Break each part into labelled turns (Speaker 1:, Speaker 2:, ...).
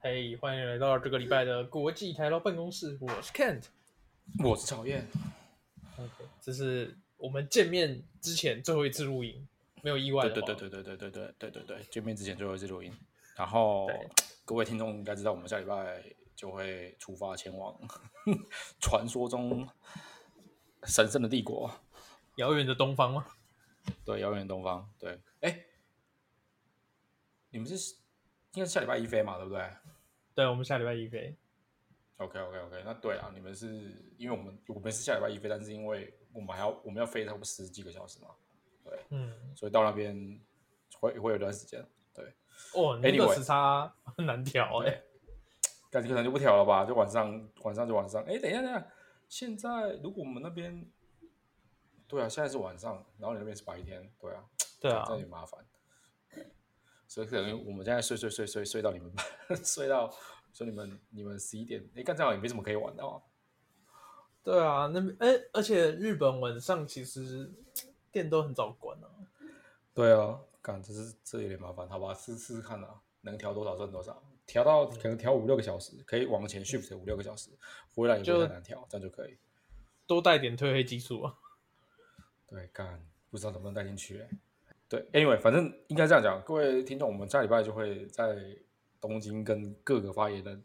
Speaker 1: 嘿欢迎来到这个礼拜的国际台劳办公室，我是 Kent。
Speaker 2: 我是讨厌，
Speaker 1: OK，这是我们见面之前最后一次录音，没有意外
Speaker 2: 对
Speaker 1: 的哦
Speaker 2: 对
Speaker 1: 话
Speaker 2: 对对对对对对对对对，见面之前最后一次录音。然后
Speaker 1: 对
Speaker 2: 各位听众应该知道，我们下礼拜就会出发前往 传说中神圣的帝国，
Speaker 1: 遥远的东方吗？
Speaker 2: 对，遥远东方。对，哎，你们是应该是下礼拜一飞嘛，对不对
Speaker 1: 对，我们下礼拜一飞。
Speaker 2: ？OK OK OK，那对啊，你们是因为我们我们是下礼拜一飞，但是因为我们还要我们要飞差不多十几个小时嘛，
Speaker 1: 嗯，
Speaker 2: 所以到那边会会有一段时间。对，
Speaker 1: 哦，你那个
Speaker 2: Anyway
Speaker 1: 时差很难调哎、
Speaker 2: 对，感觉可能就不调了吧，就晚上晚上就晚上。哎，等一下，等一下，现在如果我们那边，对啊，现在是晚上，然后你那边是白天，对啊，
Speaker 1: 对啊
Speaker 2: 这，样也麻烦。所以可能我们现在睡睡睡睡睡到你们 睡到说你们你们十一点，哎，干这样也没什么可以玩的哦。
Speaker 1: 对啊，那边哎，而且日本晚上其实店都很早关啊。
Speaker 2: 对啊，干这是这有点麻烦，好吧，试试看啊，能调多少算多少，调到可能调五六个小时，可以往前 shift 五六个小时，回来也不
Speaker 1: 就
Speaker 2: 会太难调，这样就可以。
Speaker 1: 多带点褪黑激素啊。
Speaker 2: 对，干不知道能不能带进去、欸。对，anyway，反正应该这样讲，各位听众，我们下礼拜就会在东京跟各个发言人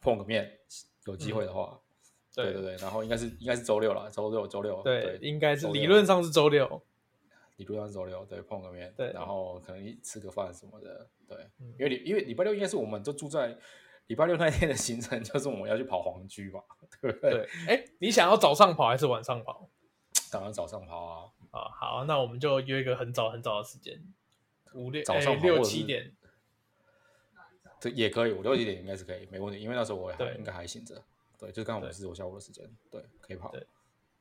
Speaker 2: 碰个面，有机会的话，
Speaker 1: 嗯
Speaker 2: 对对对，然后应该是应该是周六啦，周六周六，
Speaker 1: 对
Speaker 2: 对，
Speaker 1: 应该是
Speaker 2: 周
Speaker 1: 理
Speaker 2: 六
Speaker 1: 论上是周六。
Speaker 2: 理论上是周六，对，碰个面，
Speaker 1: 对
Speaker 2: 然后可能一吃个饭什么的，对，
Speaker 1: 嗯
Speaker 2: 因为礼因为礼拜六应该是我们都住在礼拜六那天的行程，就是我们要去跑黄居嘛，对不对？
Speaker 1: 对，哎，你想要早上跑还是晚上跑
Speaker 2: 当然早上跑啊，
Speaker 1: 啊？好，那我们就约一个很早很早的时间，五六
Speaker 2: 早上
Speaker 1: 哎
Speaker 2: 跑
Speaker 1: 六
Speaker 2: 或者
Speaker 1: 七
Speaker 2: 是
Speaker 1: 点。
Speaker 2: 这也可以，我六七点应该是可以，没问题，因为那时候我还
Speaker 1: 对
Speaker 2: 应该还醒着，对，就刚好我们是我下午的时间，对，可以跑
Speaker 1: 对，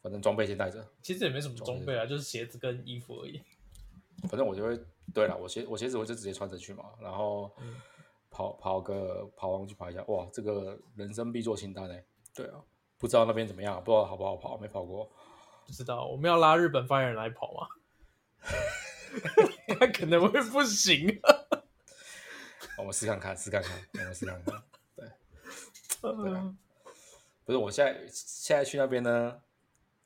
Speaker 2: 反正装备先带着，
Speaker 1: 其实也没什么装备啊，就是鞋子跟衣服而已。
Speaker 2: 反正我就会，对了，我鞋我鞋子我就直接穿着去嘛，然后
Speaker 1: 嗯
Speaker 2: 跑跑个跑完去跑一下，哇，这个人生必做清单哎、对啊，不知道那边怎么样，不知道好不好跑，没跑过，
Speaker 1: 不知道我们要拉日本发言人来跑吗？ 他可能会不行、啊
Speaker 2: 我们试看看，试看看，我们试看看，对，
Speaker 1: 啊
Speaker 2: 啊。不是，我现在现在去那边呢，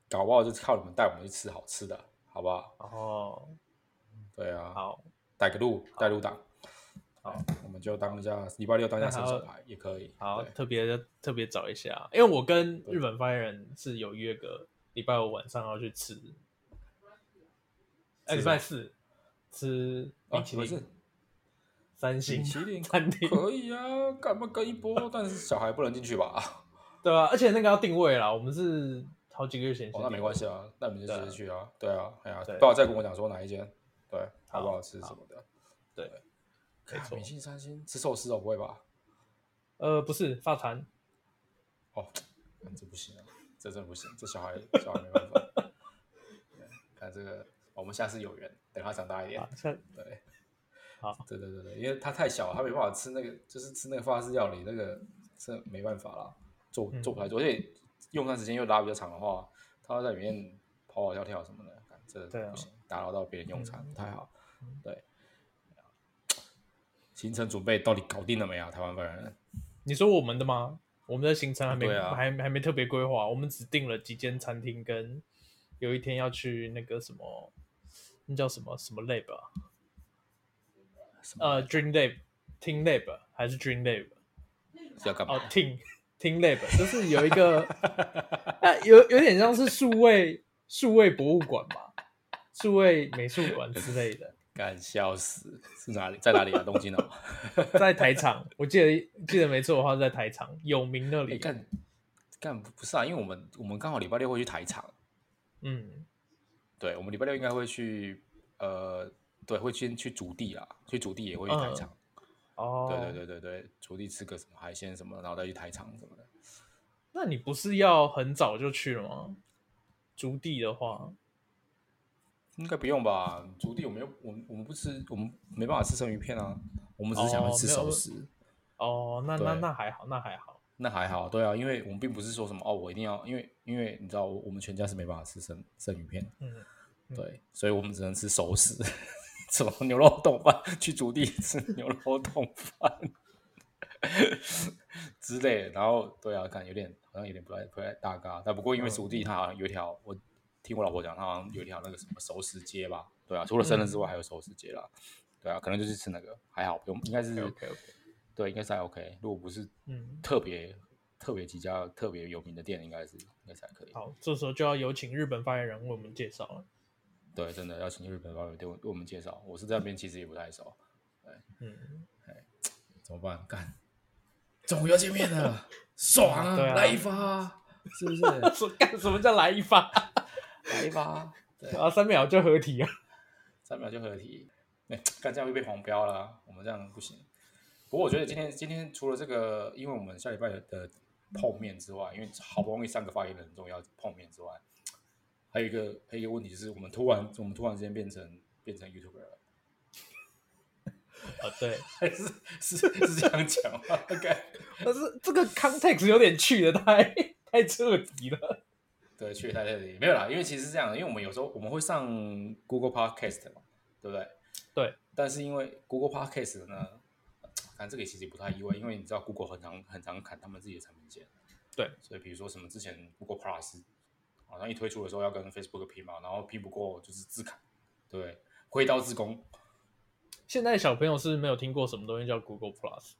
Speaker 2: 搞不好就靠你们带我们去吃好吃的，好不好？
Speaker 1: 哦，
Speaker 2: 对啊，
Speaker 1: 好，
Speaker 2: 带个路，带路党。
Speaker 1: 好，
Speaker 2: 我们就当一下礼拜六当一下
Speaker 1: 那
Speaker 2: 伸
Speaker 1: 还有
Speaker 2: 手牌也可以。
Speaker 1: 好，
Speaker 2: 对
Speaker 1: 特别特别找一下，因为我跟日本发言人是有约个礼拜五晚上要去吃，哎，礼
Speaker 2: 吃什么
Speaker 1: 拜四吃
Speaker 2: 啊
Speaker 1: 冰淇
Speaker 2: 不
Speaker 1: 淋
Speaker 2: 是
Speaker 1: 三星
Speaker 2: 冰淇淋
Speaker 1: 餐厅，
Speaker 2: 可以啊，干嘛跟一波？但是小孩不能进去 吧？
Speaker 1: 对啊，而且那个要定位啦，我们是好几个月前去
Speaker 2: 哦，
Speaker 1: 定位，
Speaker 2: 那没关系啊，那你们就直
Speaker 1: 对啊
Speaker 2: 接去啊。对啊，哎呀，
Speaker 1: 对
Speaker 2: 不要再跟我讲说哪一间，对，
Speaker 1: 好
Speaker 2: 好不好吃什么的。
Speaker 1: 对，没
Speaker 2: 看
Speaker 1: 错
Speaker 2: 明星三星吃寿司哦，不会吧？
Speaker 1: 呃，不是发坛，
Speaker 2: 哦，这不行啊，这真的不行，这小孩小孩没办法。 对看这个，哦我们下次有缘，等他长大一点
Speaker 1: 啊。，像
Speaker 2: 对，
Speaker 1: 好，
Speaker 2: 对对对对，因为他太小了，他没办法吃那个，就是吃那个法式料理，那个这没办法啦，做
Speaker 1: 嗯
Speaker 2: 做不来做，而且用餐时间又拉比较长的话，他要在里面跑跑跳跳什么的，干这
Speaker 1: 对啊嗯
Speaker 2: 不行，打扰到别人用餐、不太好。对，行程准备到底搞定了没啊？台湾本人
Speaker 1: 你说我们的吗？我们的行程还没、
Speaker 2: 对啊
Speaker 1: 还还没特别规划，我们只定了几间餐厅，跟有一天要去那个什么，那叫什么什么 lab 啊？
Speaker 2: 什么
Speaker 1: 呃，dream lab、team lab 还是 dream lab？
Speaker 2: 是要干嘛
Speaker 1: 哦？，team team lab 就是有一个， 啊、有有点像是数位数位博物馆吧，数位美术馆之类的，
Speaker 2: 干笑死！是哪里？在哪里啊？东 京哦。
Speaker 1: 在台场，我记得记得没错的话是在台场有名那
Speaker 2: 哎，
Speaker 1: 里，啊
Speaker 2: 干干不是啊，因为我们我们刚好礼拜六会去台场。
Speaker 1: 嗯，
Speaker 2: 对，我们礼拜六应该会去，呃，对，会先去竹地啦，去竹地也会去台
Speaker 1: 嗯
Speaker 2: 场。
Speaker 1: 哦，
Speaker 2: 对对对对对，竹地吃个什么海鲜什么，然后再去台场什么的。
Speaker 1: 那你不是要很早就去了吗？竹地的话，
Speaker 2: 应该不用吧？竹地我们又我们我们不吃，我们没办法吃生鱼片啊，我们只是想要
Speaker 1: 哦
Speaker 2: 吃
Speaker 1: 没有
Speaker 2: 寿司。
Speaker 1: 哦，那那
Speaker 2: 对
Speaker 1: 那还好，那还好，
Speaker 2: 那还好，对啊，因为我们并不是说什么哦，我一定要，因为因为你知道，我我们全家是没办法吃生生鱼片，
Speaker 1: 嗯，嗯
Speaker 2: 对，所以我们只能吃熟食， 什么牛肉冻饭，去竹地吃牛肉冻饭。之类的。然后对啊，看有点好像有点不太不太大嘎，但不过因
Speaker 1: 嗯
Speaker 2: 为属地它好像有一条，我听我老婆讲，它好像有一条那个什么熟食街吧，对啊，除了生日之
Speaker 1: 嗯
Speaker 2: 外还有熟食街啦，对啊，可能就是吃那个还好，不用应该是
Speaker 1: OK，OK
Speaker 2: 对，应该是还 OK。如果不是
Speaker 1: 嗯，
Speaker 2: 特别特别几家特别有名的店，应该是应该是还可以。
Speaker 1: 好，这时候就要有请日本发言人为我们介绍了。
Speaker 2: 对，真的要请日本朋友对我为我们介绍。我是在那边其实也不太熟，
Speaker 1: 嗯，
Speaker 2: 怎么办？干，终于要见面了，爽啊！
Speaker 1: 对啊
Speaker 2: 来一发，是不是？
Speaker 1: 说干什么叫来一 发？
Speaker 2: 来一发，对，
Speaker 1: 然后三秒就合体啊！
Speaker 2: 三秒就合体。哎、干这样会被黄标啦，我们这样不行。不过我觉得今天今天除了这个，因为我们下礼拜的碰面之外，因为好不容易三个发言人很重要碰面之外，还有一个还有一个问题就是，我们突然我们突然之间变成变成 YouTuber 了。
Speaker 1: 啊，对，
Speaker 2: 还是是是这样讲吗 ？OK，
Speaker 1: 但是这个 context 有点去的太 太彻底了。
Speaker 2: 对，去太太里没有啦，因为其实是这样的，因为我们有时候我们会上 Google Podcast 嘛，对不对？
Speaker 1: 对。
Speaker 2: 但是因为 Google Podcast 呢，看这个其实也不太意外，因为你知道 Google 很常很常砍他们自己的产品线，
Speaker 1: 对。
Speaker 2: 所以比如说什么之前 Google Plus 好像一推出的时候要跟 Facebook 拼嘛，然后拼不过就是自砍，对不对，挥刀自宫，
Speaker 1: 现在小朋友是没有听过什么东西叫 Google Plus，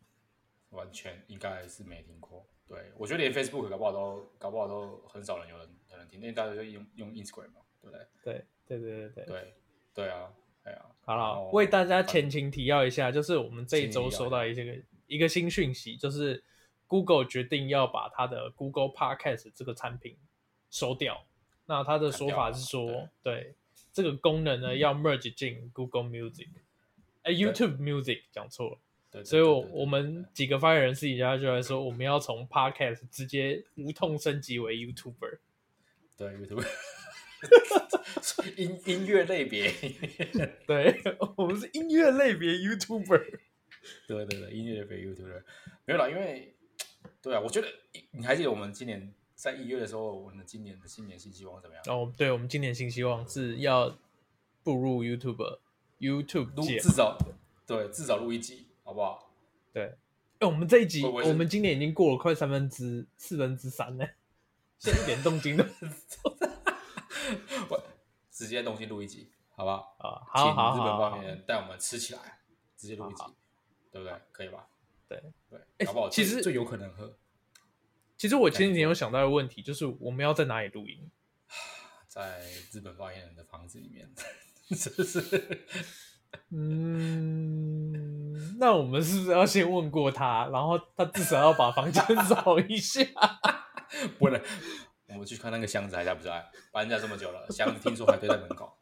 Speaker 2: 完全应该是没听过。对，我觉得连 Facebook 搞不好都搞不好都很少人有人有人听，因为大家就用用 Instagram 嘛，对不对？
Speaker 1: 对对对对对，
Speaker 2: 对，对啊，哎呀、
Speaker 1: 好
Speaker 2: 然
Speaker 1: 了，
Speaker 2: 后
Speaker 1: 为大家前情提要一下，就是我们这一周收到一些个一个新讯息，就是 Google 决定要把它的 Google Podcast 这个产品收掉。那它的说法是
Speaker 2: 砍掉
Speaker 1: 说
Speaker 2: 了，嗯
Speaker 1: 对这个功能呢要 merge 进 Google Music，哎，YouTube Music 讲错了。
Speaker 2: 对，对
Speaker 1: 所以我，
Speaker 2: 对对
Speaker 1: 我们几个发言人私底下就来说，我们要从 Podcast 直接无痛升级为 YouTuber。
Speaker 2: 对 YouTube 音音乐类别，
Speaker 1: 对， 我们是音乐类别 YouTuber。
Speaker 2: 对对对，音乐类别 YouTube 没有啦，因为对啊，我觉得你还记得我们今年在一月的时候，我们的今年的新年新希望怎么样？
Speaker 1: 然后，对我们今年新希望是要步入 YouTuber YouTube
Speaker 2: 录
Speaker 1: 界。
Speaker 2: 至少对至少录一集，好不好？
Speaker 1: 对，哎，我们这一集，
Speaker 2: 我我是
Speaker 1: 我们今年已经过了快三分之四分之三了，现在一点动 静都没有
Speaker 2: 我直接东西录一集，好不好？
Speaker 1: 啊！
Speaker 2: 请
Speaker 1: 好好
Speaker 2: 日本
Speaker 1: 好
Speaker 2: 方
Speaker 1: 好
Speaker 2: 面，人带我们吃起来，直接录一集
Speaker 1: 好，
Speaker 2: 对不对？可以吧？
Speaker 1: 对哎
Speaker 2: 对，搞不好
Speaker 1: 其
Speaker 2: 最
Speaker 1: 实
Speaker 2: 最有可能喝
Speaker 1: 其实我前几天有想到一个问题，就是我们要在哪里录音？
Speaker 2: 在日本发言人的房子里面， 是不是？
Speaker 1: 嗯，那我们是不是要先问过他，然后他至少要把房间 扫一下？
Speaker 2: 不能，我们去看那个箱子还在不在？搬家这么久了，箱子听说还堆在门 口，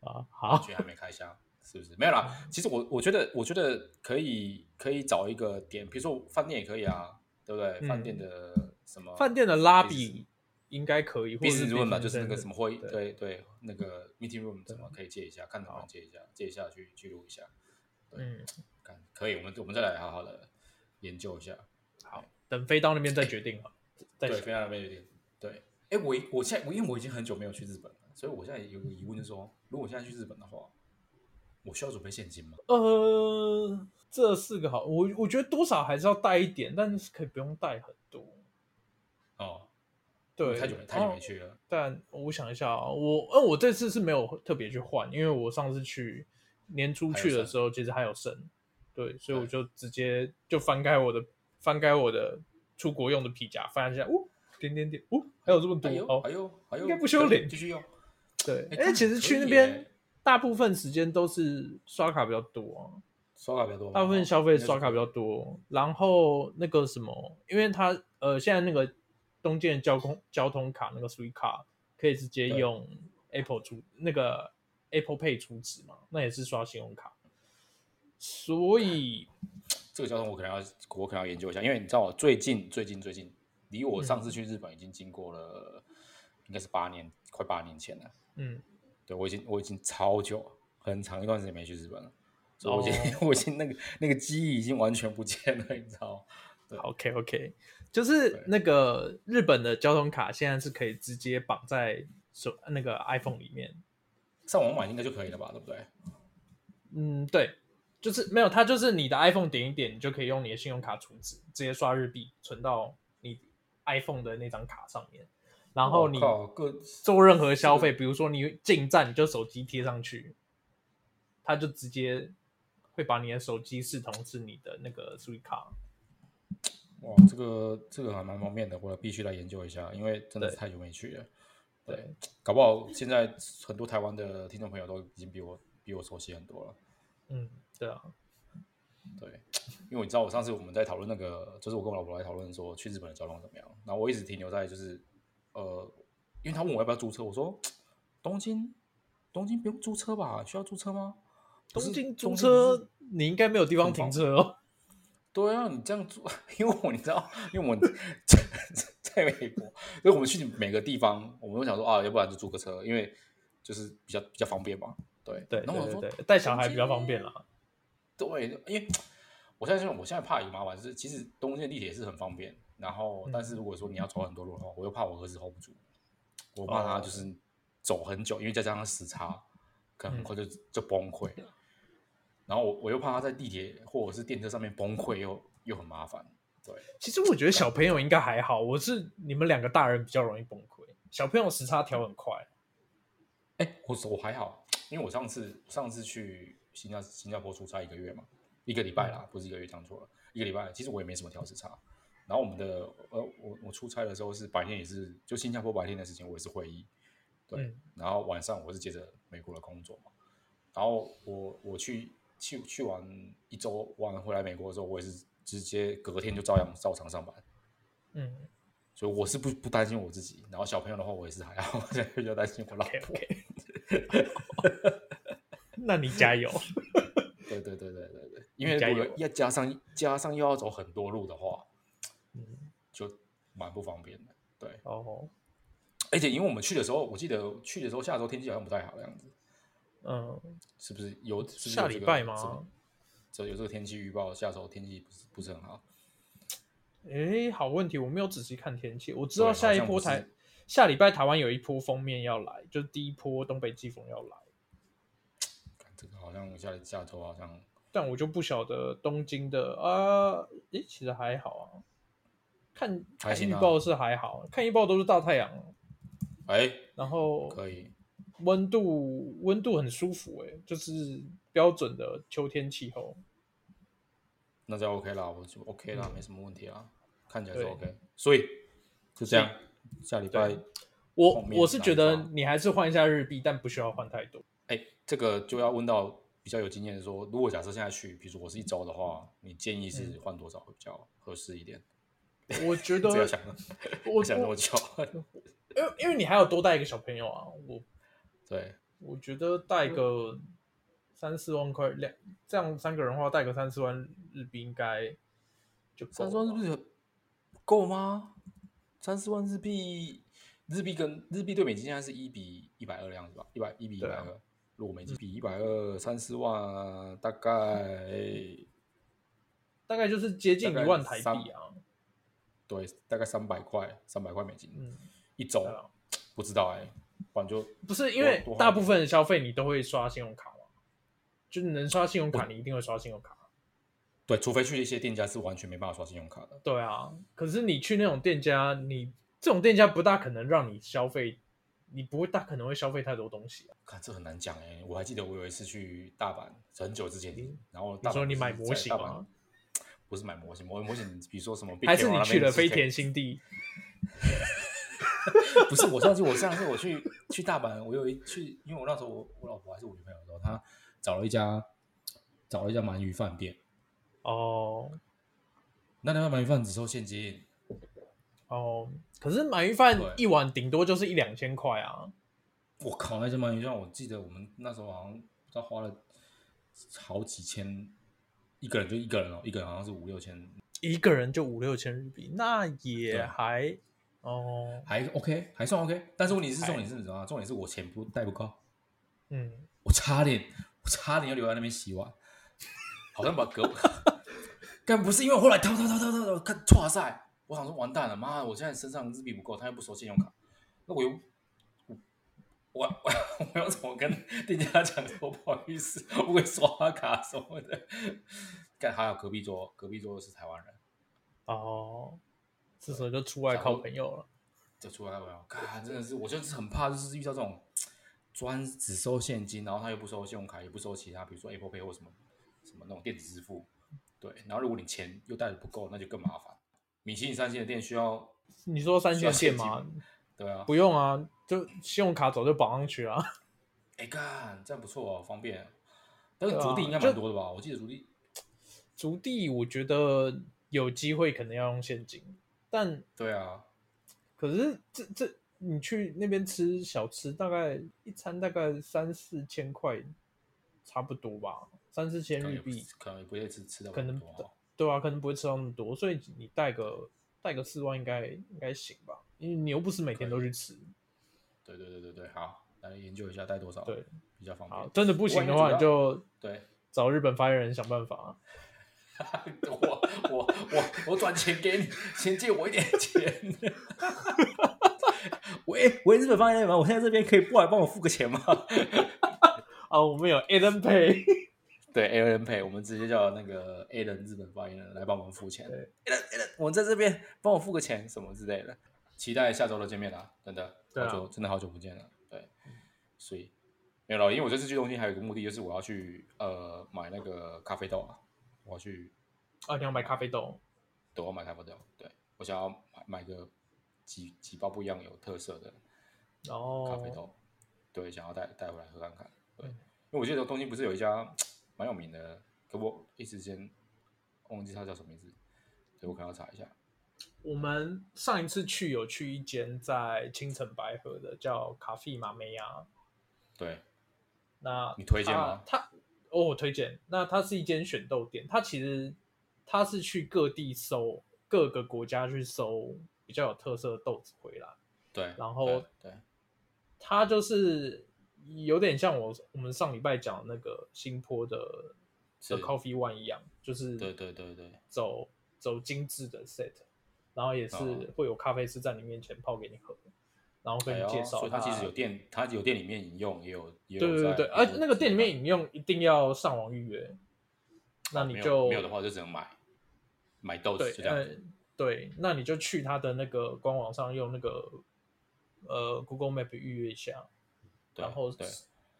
Speaker 1: 啊，好，
Speaker 2: 居然还没开箱，是不是？没有啦，其实我我觉得，我觉得可以可以找一个点，比如说饭店也可以啊，对不对？
Speaker 1: 嗯
Speaker 2: 饭店的什么
Speaker 1: 饭店的拉比应该可以，或者是
Speaker 2: business room 吧，就是那个什
Speaker 1: 么，
Speaker 2: 么会议，
Speaker 1: 对
Speaker 2: 对对，那个 meeting room 怎么可以借一下，看能不能借一下，借一下去记录一下，
Speaker 1: 嗯，
Speaker 2: 看可以，我们我们再来好好的研究一下。
Speaker 1: 好，等飞到那边再决定好，再
Speaker 2: 对，非常那边有点对。哎，我我现在我因为我已经很久没有去日本了，所以我现在有个疑问，就是说，如果我现在去日本的话，我需要准备现金吗？
Speaker 1: 呃，这是个好，我我觉得多少还是要带一点，但是可以不用带很多。
Speaker 2: 哦，
Speaker 1: 对，哦
Speaker 2: 太久没太久
Speaker 1: 然后
Speaker 2: 没去了。
Speaker 1: 但我想一下啊，我呃，我这次是没有特别去换，因为我上次去年初去的时候，其实还有剩，对，所以我就直接就翻开我的翻开我的出国用的皮夹，翻一下，哦，点点点，哦，还有这么多
Speaker 2: 哎呦，
Speaker 1: 哦
Speaker 2: 哎，呦，哎呦，
Speaker 1: 应该不修脸
Speaker 2: 继续用。
Speaker 1: 对，
Speaker 2: 哎
Speaker 1: 哎，其实
Speaker 2: 可以
Speaker 1: 去那
Speaker 2: 耶
Speaker 1: 边大部分时间都是刷卡比较多啊，
Speaker 2: 刷卡比较多吗，哦
Speaker 1: 大部分消费刷卡比
Speaker 2: 较
Speaker 1: 较多，然后那个什么，因为它呃现在那个东京的交通交通卡那个 s u i 卡可以直接
Speaker 2: 对
Speaker 1: 用 Apple 出那个 Apple Pay 出值嘛，那也是刷信用卡，所以
Speaker 2: 这个交通我可能要我可能要研究一下，因为你知道我最近最近最近离我上
Speaker 1: 嗯
Speaker 2: 次去日本已经经过了，应该是八年，快八年前了。
Speaker 1: 嗯，
Speaker 2: 对我已经我已经超久很长一段时间没去日本了，所以我已经、
Speaker 1: 哦
Speaker 2: 我已经那个那个记忆已经完全不见了，你知道吗？对
Speaker 1: OK OK，就
Speaker 2: 对
Speaker 1: 是那个日本的交通卡现在是可以直接绑在手那个 iPhone 里面，
Speaker 2: 上网买应该就可以了吧，对不对？
Speaker 1: 嗯，对，就是没有，它就是你的 iPhone 点一点，你就可以用你的信用卡储值，直接刷日币存到你 iPhone 的那张卡上面，然后你
Speaker 2: 我靠各
Speaker 1: 做任何消费，比如说你进站，你就手机贴上去，它就直接会把你的手机视同是你的那个 s u i 卡。
Speaker 2: 哇，这个这个还蛮方便的，我必须来研究一下，因为真的
Speaker 1: 对
Speaker 2: 是太久没去了。对
Speaker 1: 对，
Speaker 2: 搞不好现在很多台湾的听众朋友都已经比我比我熟悉很多了。
Speaker 1: 嗯，对啊，
Speaker 2: 对，因为你知道，我上次我们在讨论那个，就是我跟我老婆来讨论说去日本的交通怎么样，然后我一直停留在就是呃，因为他问我要不要租车，我说东京东京不用租车吧？需要租车吗？不
Speaker 1: 东
Speaker 2: 是
Speaker 1: 京租
Speaker 2: 不是
Speaker 1: 车你应该没有地方
Speaker 2: 很方
Speaker 1: 停车哦。
Speaker 2: 对啊，你这样做，因为我你知道，因为我们 在美国，所以我们去每个地方，我们都想说啊，要不然就租个车，因为就是比较比较方便嘛。对
Speaker 1: 对
Speaker 2: 然后我
Speaker 1: 对
Speaker 2: 说
Speaker 1: 对对，带小孩比较方便啦。
Speaker 2: 对，因为我现在我现在怕有麻烦，就是其实东京的地铁是很方便，然后
Speaker 1: 嗯
Speaker 2: 但是如果说你要走很多路的话，我又怕我儿子 hold 不住，我怕他就是走很久，因为再加上时差，可能很快就、就崩溃了。然后我我又怕他在地铁或者是电车上面崩溃又，又很麻烦。对，
Speaker 1: 其实我觉得小朋友应该还好，我是你们两个大人比较容易崩溃，小朋友时差调很快。
Speaker 2: 哎、我我还好，因为我上次上次去新加新加坡出差一个月嘛，一个礼拜啦，不是一个月讲错了，一个礼拜。其实我也没什么调时差。然后我们的呃，我我出差的时候是白天也是，就新加坡白天的事情，我也是会议，对。
Speaker 1: 嗯
Speaker 2: 然后晚上我是接着美国的工作嘛。然后我我去去去完一周完回来美国之后，我也是直接隔天就照样照常上班。
Speaker 1: 嗯
Speaker 2: 所以我是不不担心我自己，然后小朋友的话我也是还好，我 现在比较担心我老
Speaker 1: ，OK
Speaker 2: 婆。
Speaker 1: OK，那嗯你加 油。
Speaker 2: 对对对对对对，因为
Speaker 1: 加
Speaker 2: 如
Speaker 1: 油
Speaker 2: 果要加上加上又要走很多路的话，
Speaker 1: 嗯
Speaker 2: 就蛮不方便的。对，
Speaker 1: 哦，
Speaker 2: 而且因为我们去的时候，我记得去的时候下周天气好像不太好的样子，
Speaker 1: 嗯，
Speaker 2: 是不是有？是不是有
Speaker 1: 下
Speaker 2: 这
Speaker 1: 礼
Speaker 2: 个
Speaker 1: 拜？
Speaker 2: 是
Speaker 1: 吗
Speaker 2: 不？这有这个天气预报，下周天气不是不是很好。
Speaker 1: 诶，好问题，我没有仔细看天气，我知道
Speaker 2: 对
Speaker 1: 下一
Speaker 2: 好像
Speaker 1: 波
Speaker 2: 不是
Speaker 1: 台下礼拜台湾有一波封面要来，就是第一波东北季风要来，
Speaker 2: 看这个好像下下周好像
Speaker 1: 但我就不晓得东京的啊，诶，其实还好啊，看
Speaker 2: 还
Speaker 1: 看
Speaker 2: 行
Speaker 1: 预
Speaker 2: 啊
Speaker 1: 报是还好，看预报都是大太阳，
Speaker 2: 哎
Speaker 1: 然后
Speaker 2: 可以
Speaker 1: 温度温度很舒服、欸，就是标准的秋天气候。
Speaker 2: 那就 OK 啦，我就 OK 啦，
Speaker 1: 嗯
Speaker 2: 没什么问题啦，看起来是
Speaker 1: 对
Speaker 2: OK。所以就这样，下礼拜
Speaker 1: 对我
Speaker 2: 后面
Speaker 1: 我是觉
Speaker 2: 哪一
Speaker 1: 得
Speaker 2: 方
Speaker 1: 你还是换一下日币，但不需要换太 多。
Speaker 2: 哎，这个就要问到比较有经验的说，如果假设现在去，比如说我是一周的话，你建议是换多少会比较合适一点？
Speaker 1: 我觉得
Speaker 2: 这要想，
Speaker 1: 我
Speaker 2: 想那么
Speaker 1: 我
Speaker 2: 久，
Speaker 1: 因为因为你还有多带一个小朋友啊，我
Speaker 2: 对，
Speaker 1: 我觉得带个三四万块两这样三个人的话，带个三四万日币应该就够
Speaker 2: 三
Speaker 1: 了
Speaker 2: 十万日
Speaker 1: 吧。
Speaker 2: 币够吗？三十万日币，日币跟日币对美金现在是一比一百二的样子吧，一百一比一
Speaker 1: 对
Speaker 2: 百
Speaker 1: 啊
Speaker 2: 二，如果美金比一百二，三十万大概
Speaker 1: 大概就是接近
Speaker 2: 大概
Speaker 1: 一万台
Speaker 2: 三
Speaker 1: 币啊。
Speaker 2: 对，大概三百块，三百块美金
Speaker 1: 嗯，
Speaker 2: 一周
Speaker 1: 对啊，
Speaker 2: 不知道哎，不然就
Speaker 1: 不是因
Speaker 2: 多
Speaker 1: 为
Speaker 2: 多花
Speaker 1: 大
Speaker 2: 一
Speaker 1: 部
Speaker 2: 点
Speaker 1: 分的消费你都会刷信用卡嘛，就是能刷信用卡，你一定会刷信用卡。
Speaker 2: 对，除非去一些店家是完全没办法刷信用卡的。
Speaker 1: 对啊，可是你去那种店家，你这种店家不大可能让你消费，你不会大可能会消费太多东西啊。
Speaker 2: 看这很难讲哎、我还记得我有一次去大阪，很久之前，然后
Speaker 1: 嗯你
Speaker 2: 大阪
Speaker 1: 说你
Speaker 2: 不是
Speaker 1: 买
Speaker 2: 在
Speaker 1: 模型
Speaker 2: 大阪
Speaker 1: 吗？
Speaker 2: 不是买模型，模模型比如说 什么 Big
Speaker 1: 还是
Speaker 2: Camera
Speaker 1: 你
Speaker 2: 啊那
Speaker 1: 去
Speaker 2: 边
Speaker 1: 了
Speaker 2: 是可
Speaker 1: 飞
Speaker 2: 以
Speaker 1: 田？新地？
Speaker 2: 不是，我上次我上次我去去大阪，我有一去，因为我那时候我我老婆还是我女朋友的时候，她找了一家找了一家鳗鱼饭店，
Speaker 1: 哦
Speaker 2: 那那家鳗鱼饭只收现金，
Speaker 1: 哦，可是鳗鱼饭
Speaker 2: 对
Speaker 1: 一碗顶多就是一两千块啊。
Speaker 2: 我靠，那家鳗鱼饭我记得我们那时候好像不知道花了好几千，一个人就一个人哦，一个人好像是五六千
Speaker 1: 一个人就五六千日币，那也
Speaker 2: 对
Speaker 1: 还哦，
Speaker 2: 还 OK，还算 OK。但是问题是
Speaker 1: 还
Speaker 2: 重点是什么？啊重点是我钱不带不够，
Speaker 1: 嗯，
Speaker 2: 我差点，我差点要留在那边洗碗，好像把 隔，但不是因为我后来掏掏掏掏掏掏，看哇塞，我想说完蛋了，妈，我现在身上日币不够，他又不收信用卡，那我又我我我我要怎 么跟店家讲说 不好意思，我会刷卡什么的。干还有隔壁桌，隔壁桌是台湾人，
Speaker 1: 哦，这时候就出外
Speaker 2: 想
Speaker 1: 靠
Speaker 2: 说
Speaker 1: 朋友了。
Speaker 2: 这出来没有？干真的是，我就是很怕，就是遇到这种专只收现金，然后他又不收信用卡，也不收其他，比如说 Apple Pay 或什么什么那种电子支付。对，然后如果你钱又带的不够，那就更麻烦。米其林三星的店需要，
Speaker 1: 你说三线
Speaker 2: 需要
Speaker 1: 线
Speaker 2: 现金
Speaker 1: 吗？
Speaker 2: 对啊，
Speaker 1: 不用啊，就信用卡早就绑上去啊。
Speaker 2: 哎干，这样不错哦，方便。但是
Speaker 1: 对啊
Speaker 2: 竹地应该蛮多的吧？我记得竹地
Speaker 1: 足地我觉得有机会可能要用现金，但
Speaker 2: 对啊，
Speaker 1: 可是这这你去那边吃小吃，大概一餐大概三四千块，差不多吧，三四千
Speaker 2: 可能
Speaker 1: 日
Speaker 2: 也不
Speaker 1: 币，
Speaker 2: 可能也不会吃吃到
Speaker 1: 可能
Speaker 2: 很多哦。
Speaker 1: 对啊，可能不会吃到那么多，所以你带个带个四万应该应该行吧，因为你又不是每天都去吃，
Speaker 2: 对对对对对，好，来研究一下带多少，
Speaker 1: 对，
Speaker 2: 比较方
Speaker 1: 好，
Speaker 2: 便。
Speaker 1: 真的不行的
Speaker 2: 我
Speaker 1: 话
Speaker 2: 也
Speaker 1: 你
Speaker 2: 觉得
Speaker 1: 就
Speaker 2: 对，
Speaker 1: 找日本发言人想办法啊，
Speaker 2: 我我我我转钱给你，先借我一点钱。喂喂，日本方言人吗？我现在这边可以过来帮我付个钱吗？
Speaker 1: 啊，我们有 a l a n Pay。
Speaker 2: 对，A N Pay，我们直接叫那个 A 人日本发言人来帮我们付钱。
Speaker 1: 对
Speaker 2: A 人 A 人，我在这边帮我付个钱什么之类的。期待下周的见面啦，真的，
Speaker 1: 对啊
Speaker 2: 好久真的好久不见了。对，所以没有了，因为我这次去东京还有一个目的，就是我要去呃买那个咖啡豆啊，我要去
Speaker 1: 啊，你要买咖啡豆，
Speaker 2: 对，我要买咖啡豆，对我想要买买个几几包不一样有特色的
Speaker 1: 然
Speaker 2: 咖啡豆，
Speaker 1: 后
Speaker 2: 对，想要带带回来喝看看。对，
Speaker 1: 哦嗯
Speaker 2: 因为我记得东京不是有一家蛮有名的，可我一时间忘记它叫什么名字，对我可能要查一下。
Speaker 1: 我们上一次去有去一间在青城白河的叫咖啡马梅亚，
Speaker 2: 对，
Speaker 1: 那
Speaker 2: 你推荐
Speaker 1: 它
Speaker 2: 吗
Speaker 1: 它哦，我推荐。那它是一间选豆店，它其实它是去各地搜各个国家去搜比较有特色的豆子回来，
Speaker 2: 对，
Speaker 1: 然后
Speaker 2: 对对
Speaker 1: 它就是有点像我我们上礼拜讲的那个新坡的
Speaker 2: 是
Speaker 1: 的 Coffee One 一样，就是
Speaker 2: 对对对对，
Speaker 1: 走走精致的 set，然后也是
Speaker 2: 哦
Speaker 1: 会有咖啡师在你面前泡给你喝，然后跟
Speaker 2: 哎
Speaker 1: 你
Speaker 2: 呦
Speaker 1: 介绍
Speaker 2: 所以它
Speaker 1: 它
Speaker 2: 其实有店，它有店里面饮用，也有也有
Speaker 1: 对对对
Speaker 2: 在
Speaker 1: 对，
Speaker 2: 也
Speaker 1: 而
Speaker 2: 有
Speaker 1: 那个店里面
Speaker 2: 在
Speaker 1: 饮用一定要上网预约，那
Speaker 2: 哦
Speaker 1: 你
Speaker 2: 没有
Speaker 1: 就
Speaker 2: 没有的话就只能买买豆
Speaker 1: 对
Speaker 2: 子，就这样
Speaker 1: 呃
Speaker 2: 子。
Speaker 1: 对，那你就去他的那个官网上用那个呃 Google Map 预约一下，
Speaker 2: 对
Speaker 1: 然后
Speaker 2: 对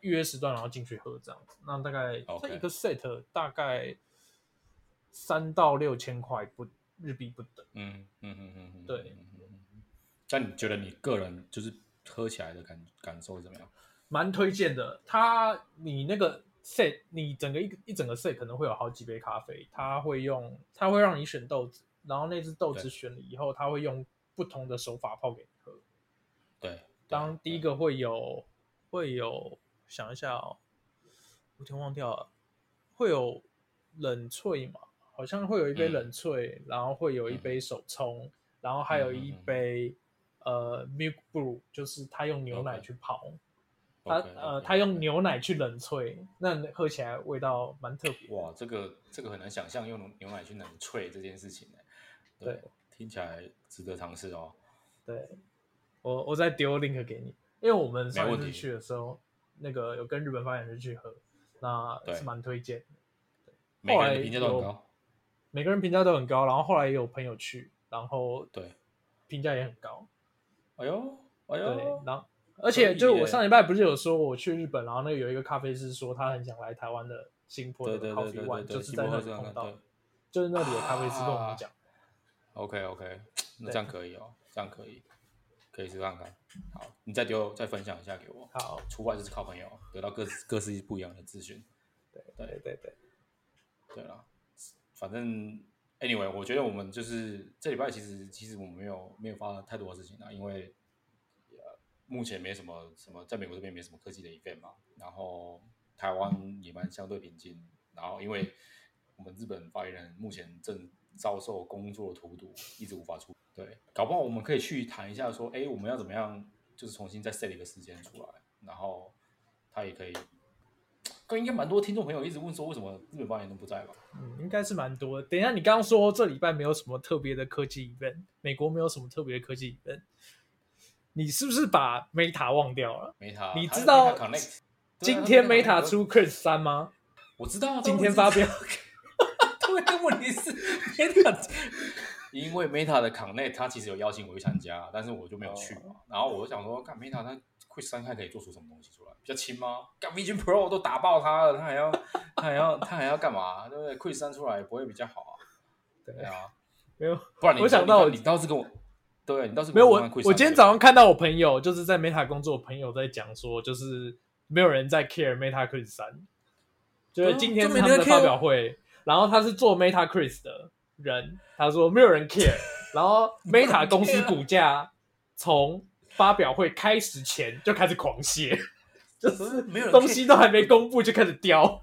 Speaker 1: 预约时段，然后进去喝这样子。那大概
Speaker 2: OK
Speaker 1: 这一个 set 大概三到六千块不日币不等。
Speaker 2: 嗯嗯嗯嗯嗯，
Speaker 1: 对
Speaker 2: 嗯。嗯嗯嗯嗯但你觉得你个人就是喝起来的感感受怎么样？
Speaker 1: 蛮推荐的。它你那个 set，你整个一个一整个 set 可能会有好几杯咖啡，它会用它会让你选豆子，然后那只豆子
Speaker 2: 对
Speaker 1: 选了以后，它会用不同的手法泡给你喝。
Speaker 2: 对，对
Speaker 1: 当第一个会有会有想一下哦，我天忘掉了，会有冷萃嘛，好像会有一杯
Speaker 2: 嗯
Speaker 1: 冷萃，然后会有一
Speaker 2: 嗯
Speaker 1: 杯手冲，然后还有一
Speaker 2: 嗯嗯嗯
Speaker 1: 杯、呃 milk brew，就是他用牛奶
Speaker 2: OK
Speaker 1: 去泡。
Speaker 2: 对
Speaker 1: 它
Speaker 2: OK，
Speaker 1: 呃，
Speaker 2: OK，
Speaker 1: 它用
Speaker 2: OK
Speaker 1: 牛奶去冷萃，那喝起来味道蛮特别。
Speaker 2: 哇，这个这个很难想象用牛奶去冷萃这件事情呢。
Speaker 1: 对，
Speaker 2: 听起来值得尝试哦。
Speaker 1: 对，我我再丢 link 给你，因为我们上
Speaker 2: 没
Speaker 1: 一
Speaker 2: 问
Speaker 1: 次
Speaker 2: 题
Speaker 1: 去的时候，那个有跟日本发言人去喝，那
Speaker 2: 对
Speaker 1: 是蛮推荐的。
Speaker 2: 每个人
Speaker 1: 后来
Speaker 2: 的评价都很
Speaker 1: 有
Speaker 2: 高，
Speaker 1: 每个人评价都很高，然后后来也有朋友去，然后
Speaker 2: 对。
Speaker 1: 评价也很高。
Speaker 2: 哎呦，哎
Speaker 1: 对
Speaker 2: 呦，，
Speaker 1: 然后而且就
Speaker 2: 可以
Speaker 1: 我
Speaker 2: 耶
Speaker 1: 上礼拜不是有说我去日本，然后那个有一个咖啡师说他很想来台湾的新坡
Speaker 2: 对
Speaker 1: 的
Speaker 2: 对对
Speaker 1: Coffee
Speaker 2: 对
Speaker 1: One，
Speaker 2: 对
Speaker 1: 就
Speaker 2: 对，
Speaker 1: 是
Speaker 2: 西
Speaker 1: 在
Speaker 2: 伯
Speaker 1: 那
Speaker 2: 喝
Speaker 1: 里
Speaker 2: 这样
Speaker 1: 碰
Speaker 2: 看
Speaker 1: 到
Speaker 2: 对啊
Speaker 1: 的，就是那里的咖啡师跟我们讲。
Speaker 2: OK OK，那
Speaker 1: 对
Speaker 2: 这样可以哦，这样可以，可以试看看。好，你再丢再分享一下给我。
Speaker 1: 好，
Speaker 2: 出外就是靠朋友，得到各各式不一样的资讯。
Speaker 1: 对对对，
Speaker 2: 对啦，反正 anyway，我觉得我们就是这礼拜其实其实我们没有没有发太多的事情啦，因为呃目前没什么什么在美国这边没什么科技的 event 嘛，然后台湾也蛮相对平静，然后因为我们日本发言人目前正遭受工作的荼毒，一直无法出对，搞不好我们可以去谈一下说，哎，我们要怎么样，就是重新再 set 一个时间出来，然后他也可以。更应该蛮多听众朋友一直问说，为什么日本发言人都不在吧？
Speaker 1: 嗯，应该是蛮多的。等一下，你刚刚说这礼拜没有什么特别的科技 event，美国没有什么特别的科技 event，你是不是把 Meta 忘掉了？
Speaker 2: 没他，
Speaker 1: 你
Speaker 2: 他
Speaker 1: 知
Speaker 2: 有
Speaker 1: 道
Speaker 2: Meta Connect，对啊
Speaker 1: 今天
Speaker 2: 他有
Speaker 1: Meta
Speaker 2: Connect，
Speaker 1: 出 Crash 三吗？
Speaker 2: 我知道啊，
Speaker 1: 今天
Speaker 2: 但问
Speaker 1: 发
Speaker 2: 题是
Speaker 1: 表，
Speaker 2: 对，但问题是 Meta，因为 Meta 的 Connect 它其实有邀请我去参加，但是我就没有去
Speaker 1: 哦
Speaker 2: 嘛。然后我就想说，干 Meta 它 Quick 三看可以做出什么东西出来？比较轻吗？干 Vision Pro 都打爆它了，它还要它还要它还要干嘛？对不对？Quick 三出来不会比较好啊？对啊，
Speaker 1: 没有
Speaker 2: 不然你
Speaker 1: 我想到
Speaker 2: 你你倒是跟我，对你倒是
Speaker 1: 没有我
Speaker 2: 跟我
Speaker 1: 我今天早上看到我朋友就是在 Meta 工作，我朋友在讲说，就是没有人在 care Meta Crash 三，就
Speaker 2: 对
Speaker 1: 是
Speaker 2: 啊
Speaker 1: 今天
Speaker 2: 就是没
Speaker 1: 他们的
Speaker 2: 人 care
Speaker 1: 发表会，然后他是做 Meta Crash 的人，他说没有人 care，然 后 Meta 公
Speaker 2: 啊
Speaker 1: 司股价从发表会开始前就开始狂泻，就是
Speaker 2: 没有人
Speaker 1: 东西都还没公布就开始掉，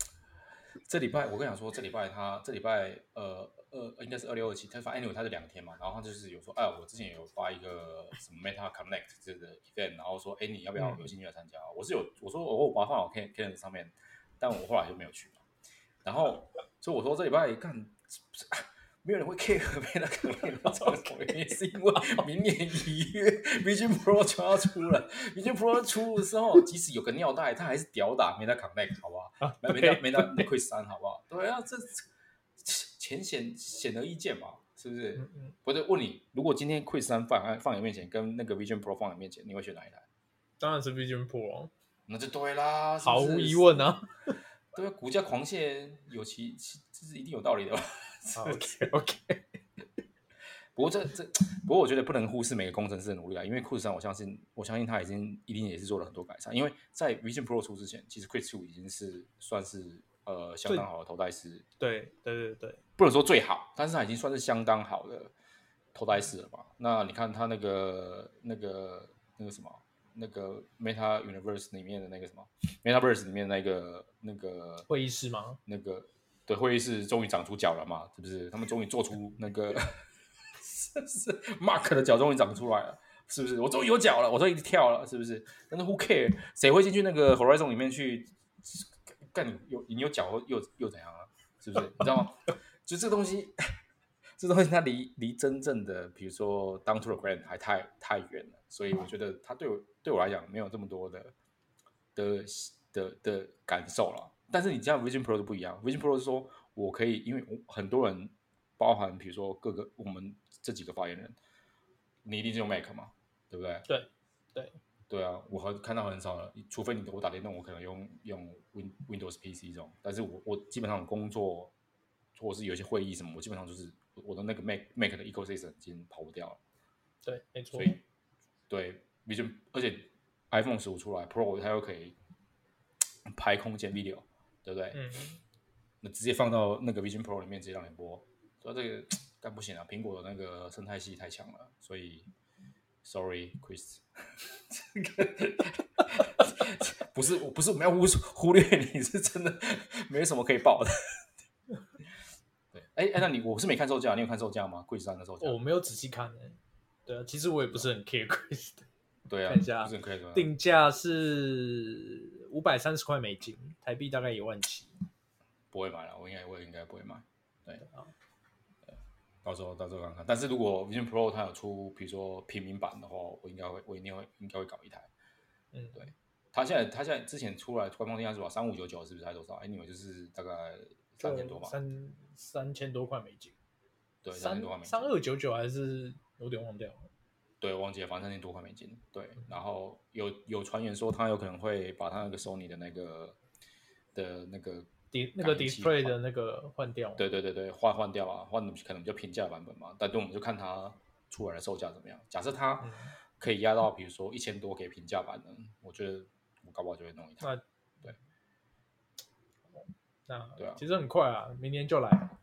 Speaker 2: 这礼拜我跟你讲说，这礼拜他这礼拜呃呃应该是二六二七，他反正 anyway 他是两天嘛，然后他就是有说，哎，我之前有发一个什么 Meta Connect 这个 event，然后说，哎，你要不要
Speaker 1: 嗯
Speaker 2: 有兴趣来参加？我是有我说我我把它放好 can calendar 上面，但我后来就没有去嘛。然后所以我说这礼拜干啊没有人会 care Meta Connect 这个原因，是因为明年一月 Vision Pro 就要出了，Vision Pro 出的时候，即使有个尿袋，它还是屌打 Meta Connect 好不好？没没到
Speaker 1: 对
Speaker 2: 没到那亏三，好不好？对啊，这浅显显而易见嘛，是不是？
Speaker 1: 嗯嗯
Speaker 2: 我就问你，如果今天亏三放在放你面前，跟那个 Vision Pro 放你面前，你会选哪一台？
Speaker 1: 当然是 Vision Pro，啊
Speaker 2: 那就对啦，是不
Speaker 1: 毫
Speaker 2: 是
Speaker 1: 无疑，问啊。
Speaker 2: 对啊，股价狂泻有其其这是一定有道理的吧？
Speaker 1: OK OK，
Speaker 2: 不过这这，不过我觉得不能忽视每个工程师的努力啊，因为 Quick 三，我相信我相信他已经一定也是做了很多改善，因为在 Vision Pro 出之前，其实 Quick Two 已经是算是呃相当好的头戴式
Speaker 1: 对对对对，
Speaker 2: 不能说最好，但是它已经算是相当好的头戴式了吧？那你看它那个那个那个什么，那个 Meta Universe 里面的那个什么 MetaVerse 里面那个那个
Speaker 1: 会议室吗？
Speaker 2: 那个的会议室终于长出脚了嘛？是不是？他们终于做出那个是不是 Mark 的脚终于长出来了？是不是？我终于有脚了，我终于跳了，是不是？但是 Who care？谁会进去那个 Horizon 里面去干你有你有脚又又怎样啊？是不是？你知道吗？ 就这个东西，这东西它离离真正的比如说 Down to the Ground 还太太远了，所以我觉得它对我对我来讲没有这么多的的的的感受了。但是你这样 Vision Pro 就不一样，Vision Pro 是说我可以，因为我很多人包含比如说各个我们这几个发言人，你一定是用 Mac 嘛，对不对？
Speaker 1: 对，对，
Speaker 2: 对啊，我很看到很少了，除非你我打电动，我可能用用 Win Windows PC 这种，但是我我基本上工作或者是有一些会议什么，我基本上就是我的那个 Mac Mac 的 ecosystem 已经跑不掉了，
Speaker 1: 对，没错
Speaker 2: 所。以对 Vision，而且 iPhone 十五出来 Pro 它又可以排空间 video，对不对？
Speaker 1: 嗯，
Speaker 2: 那直接放到那个 Vision Pro 里面直接让你播，说这个干不行啊，苹果的那个生态系太强了，所以 Sorry Chris，这个不是我不是我们要忽忽略你是真的没什么可以报的。对，哎哎，那你我是没看售价，你有看售价吗？Chris 三的售价？
Speaker 1: 哦我没有仔细看诶、对啊，其实我也不是很 care Chris 的。
Speaker 2: 对啊，
Speaker 1: 看一下
Speaker 2: 不是很可以的。
Speaker 1: 定价是五百三十块美金，台币大概一万七。
Speaker 2: 不会买了，我应该我也应该不会买。对
Speaker 1: 啊，
Speaker 2: 到时候到时候看看。但是如果 Vision Pro 它有出，比如说平民版的话，我应该会我一定会应该会搞一台。
Speaker 1: 嗯，
Speaker 2: 对它现在它现在之前出来官方定价是吧？三五九九是不是还多少？哎，你们就是大概三千多吧？
Speaker 1: 三三千多块美金，
Speaker 2: 对，三
Speaker 1: 三
Speaker 2: 千多块美金
Speaker 1: 三。二九九还是有点忘掉了。
Speaker 2: 对，忘记了，反正三千多块美金。对，然后有有传言说它有可能会把它那个 Sony 的那个的那个
Speaker 1: 底那个
Speaker 2: 感应器
Speaker 1: display
Speaker 2: 换
Speaker 1: 的那个换掉，
Speaker 2: 对对对对，换换掉啊，换可能比较平价版本嘛。但对，我们就看它出来的售价怎么样。假设它
Speaker 1: 嗯
Speaker 2: 可以压到，比如说一千多给平价版的，我觉得我搞不好就会弄一台。
Speaker 1: 那
Speaker 2: 对
Speaker 1: 那
Speaker 2: 对啊
Speaker 1: 其实很快啊，明年就来了。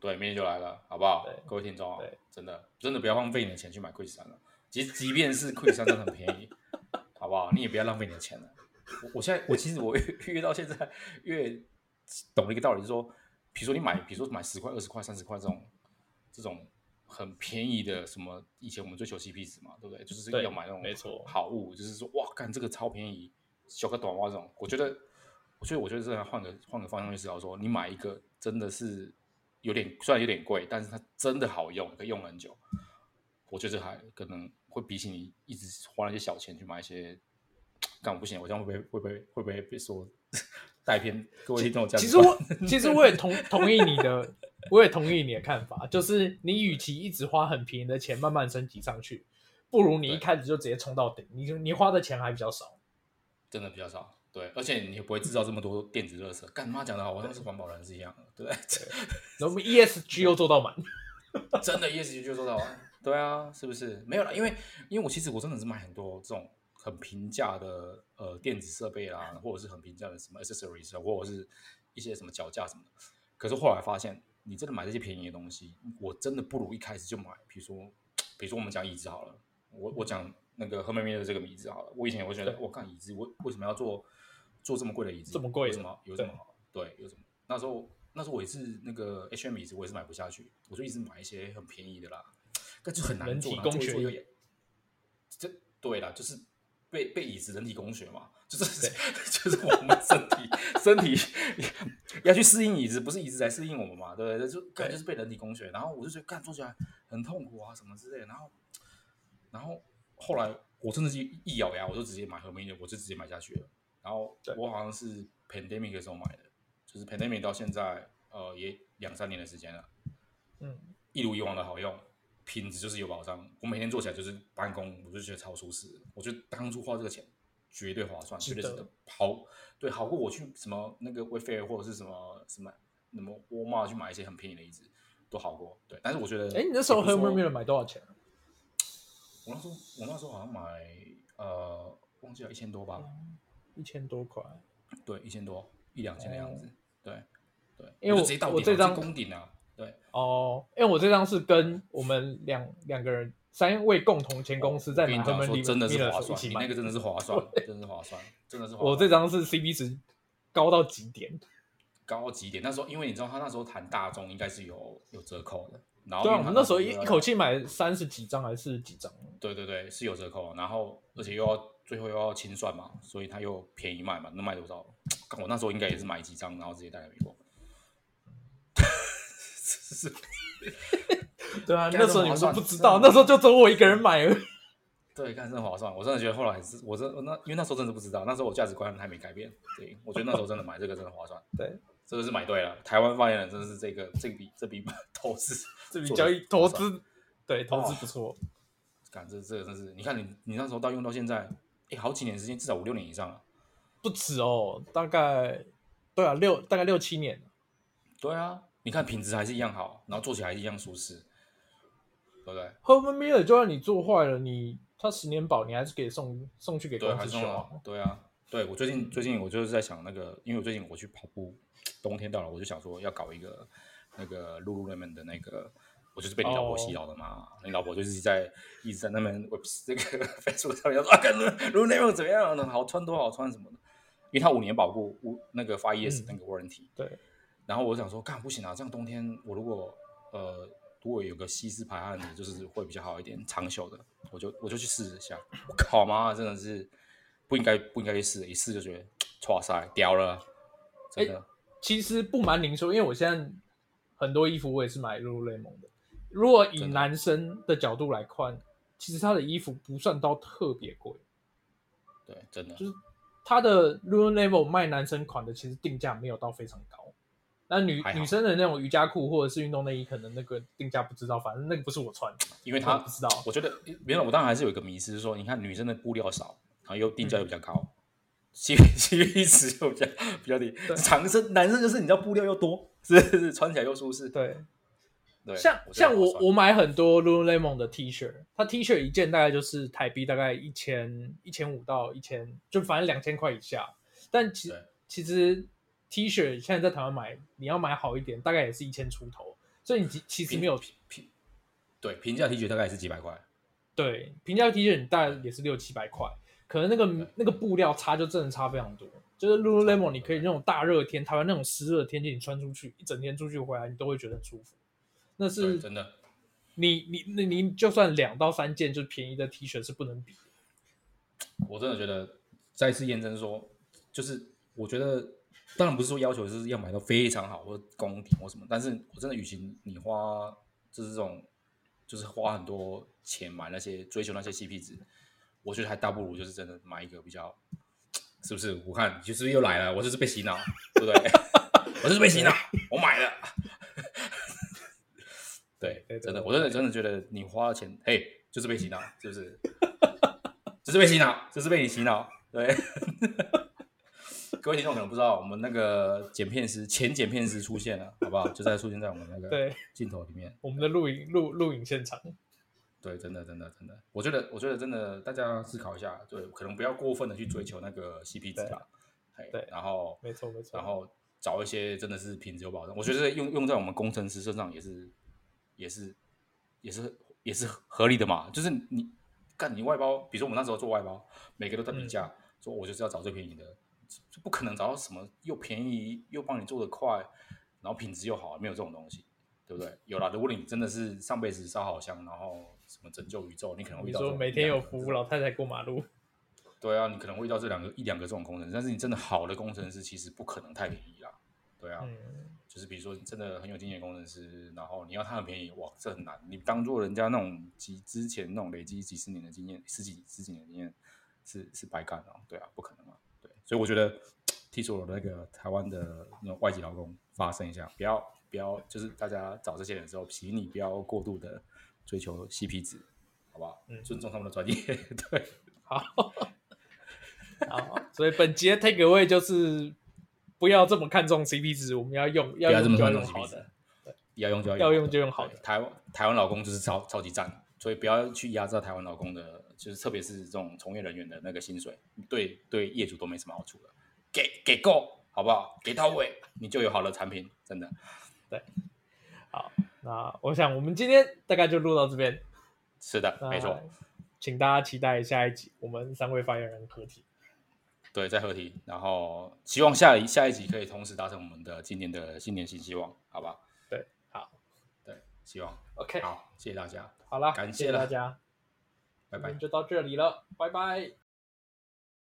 Speaker 2: 对，明天就来了，好不好
Speaker 1: 对？
Speaker 2: 各位听众啊
Speaker 1: 对，
Speaker 2: 真的真的不要浪费你的钱去买 Quick 三了。即即便是 Quick 三真的很便宜，好不好？你也不要浪费你的钱了。我我现在我其实我 越越到现在越懂了一个道理，就是说，比如说你买，比如说买十块、二十块、三十块这种这种很便宜的什么，以前我们追求 CP 值嘛，对不对？就是
Speaker 1: 对
Speaker 2: 要买那种
Speaker 1: 没错
Speaker 2: 好物，就是说哇，干这个超便宜，小个短袜这种，我觉得，我觉得我觉得这样换个换个方向去思考说，你买一个真的是有点虽然有点贵，但是它真的好用，可以用很久。我觉得这还可能会比起你一直花那些小钱去买一些，干我不行，我这样会不会会不会会不会被说带偏？各位听众这样
Speaker 1: 其
Speaker 2: 子
Speaker 1: 实我其实我也同同意你的， 我也同意你的看法，就是你与其一直花很便宜的钱慢慢升级上去，不如你一
Speaker 2: 对
Speaker 1: 开始就直接冲到顶，你就你花的钱还比较少。
Speaker 2: 真的比较少。对，而且你也不会制造这么多电子垃圾。干妈讲的好，我像是环保人是一样的，对不对？
Speaker 1: 然后我们 ESG 又做到满，
Speaker 2: 真的 ESG 就做到啊。对啊，是不是？没有啦，因为因为我其实我真的是买很多这种很平价的呃电子设备啦，或者是很平价的什么 accessories，啊或者是一些什么脚架什么的。可是后来发现，你真的买这些便宜的东西，我真的不如一开始就买。比如说，比如说我们讲椅子好了，我我讲那个和妹妹的这个椅子好了，我以前也会觉得，我干椅子，我为什么要做做这么贵的椅子？
Speaker 1: 这么贵的
Speaker 2: 有什么有什么好？对，有什么？那时候那时候我也是那个 H M 椅子，我也是买不下去，我就一直买一些很便宜的啦，但就很难
Speaker 1: 人
Speaker 2: 做
Speaker 1: 体
Speaker 2: 啦，
Speaker 1: 工
Speaker 2: 做一
Speaker 1: 学
Speaker 2: 做又
Speaker 1: 椅
Speaker 2: 也这对啦，就是被被椅子人体工学嘛，就是 就是我们身体身体要去适应椅子，不是椅子来适应我们嘛，对不对？就感觉就是被人体工学，然后我就觉得干做起来很痛苦啊什么之类的，然后然后后来我真的是一一咬牙，我就直接买和美的，我就直接买下去了。然后
Speaker 1: 对
Speaker 2: 我好像是 pandemic 的时候买的，就是 pandemic 到现在呃也两三年的时间了。
Speaker 1: 嗯，
Speaker 2: 一如以往的好用，品质就是有保障。我每天做起来就是办公，我就觉得超舒适的。我觉得当初花这个钱绝对划算，
Speaker 1: 值
Speaker 2: 绝
Speaker 1: 得
Speaker 2: 对值得。好，对，好过我去什么那个 Wayfair 或者是什么什么什么沃尔玛去买一些很便宜的椅子，都好过。对，但是我觉得，
Speaker 1: 哎，你那时候
Speaker 2: 也不是
Speaker 1: 和 m
Speaker 2: 说
Speaker 1: e r m i r 买多少钱？
Speaker 2: 我那时候我那时候好像买呃忘记了一千多吧，
Speaker 1: 嗯一千多块。
Speaker 2: 对，一千多一两千的样子。对对，
Speaker 1: 哦因为
Speaker 2: 我
Speaker 1: 我
Speaker 2: 就直接到
Speaker 1: 我
Speaker 2: 顶
Speaker 1: 这
Speaker 2: 了，直接
Speaker 1: 张
Speaker 2: 攻顶啊。对，
Speaker 1: 哦，因为我这张是跟我们两两个人三位共同前公司在
Speaker 2: 哦我跟
Speaker 1: 买
Speaker 2: 你
Speaker 1: h e
Speaker 2: 讲
Speaker 1: r
Speaker 2: 啊
Speaker 1: m
Speaker 2: 说
Speaker 1: i r
Speaker 2: 真的是划
Speaker 1: 一
Speaker 2: 算，
Speaker 1: 起
Speaker 2: 你
Speaker 1: 买
Speaker 2: 那个真的是划 算，真的是划算，真的是划算。
Speaker 1: 我这张是 CP 值高到极点，
Speaker 2: 高级一点。那时候因为你知道他那时候谈大众应该是有有折扣的，然后
Speaker 1: 对啊，我
Speaker 2: 因为
Speaker 1: 们
Speaker 2: 他
Speaker 1: 那时候一
Speaker 2: 又要
Speaker 1: 一口气买三十几张还是四十几张，啊
Speaker 2: 对对对是有折扣，然后而且又要最后又要清算嘛，所以他又便宜卖嘛，能卖多少？干我那时候应该也是买几张，然后直接带来美国。是
Speaker 1: 对啊，
Speaker 2: 干
Speaker 1: 那时候你
Speaker 2: 这么划
Speaker 1: 们都
Speaker 2: 算
Speaker 1: 不知
Speaker 2: 这
Speaker 1: 道，
Speaker 2: 么
Speaker 1: 那时候就只有我一个人买而已。
Speaker 2: 对，看真划算，我真的觉得后来是，我真我那因为那时候真的不知道，那时候我价值观还没改变，对我觉得那时候真的买这个真的划算，
Speaker 1: 对，
Speaker 2: 真的是买对了。台湾发言人真的是这个这笔这笔 投资
Speaker 1: 这笔
Speaker 2: 做得
Speaker 1: 交易
Speaker 2: 划
Speaker 1: 投
Speaker 2: 算
Speaker 1: 资，对投资不错，
Speaker 2: 感这这个真是，你看你你那时候到用到现在，哎，好几年时间，至少五六年以上了。
Speaker 1: 不止哦，大概对啊六大概六七年，
Speaker 2: 对啊，你看品质还是一样好，然后做起来还是一样舒适，对不对？
Speaker 1: Herman Miller 就算你做坏了，你他十年保你还是给送送去给
Speaker 2: 对，
Speaker 1: 公
Speaker 2: 还
Speaker 1: 司
Speaker 2: 是
Speaker 1: 修
Speaker 2: 用
Speaker 1: 啊
Speaker 2: 了。。对啊，对我最近最近我就是在想那个，因为我最近我去跑步，冬天到了，我就想说要搞一个那个 Lululemon 的那个。我就是被你老婆洗脑的嘛你老婆就是在一直在那边 web 这个 Facebook 上面要说啊，如内容怎么样呢？好穿多好穿什么的，因为他五年保护五那个发 ES
Speaker 1: 嗯
Speaker 2: 那个 warranty，、
Speaker 1: 对，
Speaker 2: 然后我想说，干不行啊，这样冬天我如果呃如果有个吸湿排汗的，就是会比较好一点，长袖的，我就我就去试一下。我靠妈，真的是不应该不应该去试，一试就觉得哇塞，屌了，真的。
Speaker 1: 其实不瞒您说，因为我现在很多衣服我也是买 Lululemon 的。如果以
Speaker 2: 真的
Speaker 1: 男生的角度来看，其实他的衣服不算到特别贵，
Speaker 2: 对，真的
Speaker 1: 就，是他的 Lululemon 卖男生款的，其实定价没有到非常高。那女
Speaker 2: 还好
Speaker 1: 女生的那种瑜伽裤或者是运动内衣，可能那个定价不知道，反正那个不是我穿的，
Speaker 2: 因为
Speaker 1: 我
Speaker 2: 他
Speaker 1: 不知道。
Speaker 2: 我觉得原来我当然还是有一个迷思，是说你看女生的布料少，然后又定价又比较高。C C P 值又比较比较低，长身男生就是你知道布料又多，是是是，穿起来又舒适。
Speaker 1: 对，
Speaker 2: 对，
Speaker 1: 像
Speaker 2: 觉得
Speaker 1: 像
Speaker 2: 划
Speaker 1: 我
Speaker 2: 算
Speaker 1: 我买很多 Lululemon 的 T 恤，它 T 恤一件大概就是台币大概一千一千五到一千，就反正两千块以下。但其
Speaker 2: 对
Speaker 1: 其实 T 恤现在在台湾买，你要买好一点，大概也是一千出头，所以你其其实没有
Speaker 2: 对平价 T 恤大概也是几百块，
Speaker 1: 对平价 T 恤，你大概也是六七百块，可能那个那个布料差就真的差非常多。就是 Lululemon，你可以那种大热天，台湾那种湿热天气，你穿出去一整天出去回来，你都会觉得很舒服。那
Speaker 2: 对，
Speaker 1: 是
Speaker 2: 真的。
Speaker 1: 你你你你就算两到三件就便宜的 T 恤是不能比的，
Speaker 2: 我真的觉得再次验证说，就是我觉得当然不是说要求就是要买到非常好或攻顶或什么，但是我真的，与其你花就是这种就是花很多钱买那些追求那些 CP 值，我觉得还大不如就是真的买一个比较，是不是？我看就是不是又来了，我就是被洗脑，对不对？我就是被洗脑，我买了。对，
Speaker 1: 对对
Speaker 2: 真的，
Speaker 1: 对
Speaker 2: 我真的真的觉得你花了钱，嘿，就是被洗脑，是不是？ 就是被洗脑，就是被你洗脑。对， 各位听众可能不知道，我们那个剪片师前剪片师出现了，好不好？就在出现在我们那个
Speaker 1: 对，
Speaker 2: 镜头里面。
Speaker 1: 我们的录影录录影现场，
Speaker 2: 对，真的，真的，真的，我觉得，我觉得真的，大家思考一下，对，可能不要过分的去追求那个 CP 值啦，嘿
Speaker 1: 对
Speaker 2: 然后，
Speaker 1: 没错没错。
Speaker 2: 然后找一些真的是品质有保证，我觉得用用在我们工程师身上也是，也是，也是，也是合理的嘛，就是你干你外包，比如说我们那时候做外包，每个都在比价，
Speaker 1: 嗯
Speaker 2: 说我就是要找最便宜的，就不可能找到什么又便宜又帮你做的快，然后品质又好，啊没有这种东西。对不对？有啦，如果你真的是上辈子烧好香，然后什么拯救宇宙，你可能会
Speaker 1: 你
Speaker 2: 遇到这
Speaker 1: 说
Speaker 2: 种啊
Speaker 1: 每
Speaker 2: 一
Speaker 1: 天
Speaker 2: 两
Speaker 1: 有
Speaker 2: 个
Speaker 1: 服务老太太过马路，
Speaker 2: 对啊，你可能会遇到这两个一两个这种工程师，但是你真的好的工程师其实不可能太便宜啦。对啊，
Speaker 1: 嗯，
Speaker 2: 就是比如说你真的很有经验的工程师，然后你要他很便宜，哇，这很难。你当做人家那种几之前那种累积几十年的经验，十几十几年的经验是是白干哦。对啊，不可能啊。对，所以我觉得替所有的那个台湾的那种外籍劳工发声一下，不要不要，就是大家找这些人的时候，请你不要过度的追求 CP 值，好不好？
Speaker 1: 嗯
Speaker 2: 尊重他们的专业。 对，
Speaker 1: 好，好，所以本节 take away 就是不要这么看重 CP 值，我们要用
Speaker 2: 不要这
Speaker 1: 用
Speaker 2: 么
Speaker 1: 就要
Speaker 2: 看重
Speaker 1: 用
Speaker 2: CP
Speaker 1: 好
Speaker 2: 值
Speaker 1: 的，，
Speaker 2: 要用就要
Speaker 1: 要用就用好的
Speaker 2: 对台湾台湾老公就是超超级赞，所以不要去压榨台湾老公的，就是特别是这种从业人员的那个薪水，对对业主都没什么好处的。给给够好不好？给到位，你就有好的产品，真的。
Speaker 1: 那我想我们今天大概就录到这边，
Speaker 2: 是的，没错
Speaker 1: 那。请大家期待下一集我们三位发言人合体。
Speaker 2: 对，在合体，然后希望下一下一集可以同时达成我们的今年的新年新希望，好吧？
Speaker 1: 对，好
Speaker 2: 对，希望。
Speaker 1: ，OK，
Speaker 2: 好，谢谢大家，
Speaker 1: 好了，谢
Speaker 2: 感谢
Speaker 1: 谢大
Speaker 2: 了
Speaker 1: 家，
Speaker 2: 拜
Speaker 1: 我
Speaker 2: 拜
Speaker 1: 们。就到这里了，拜拜。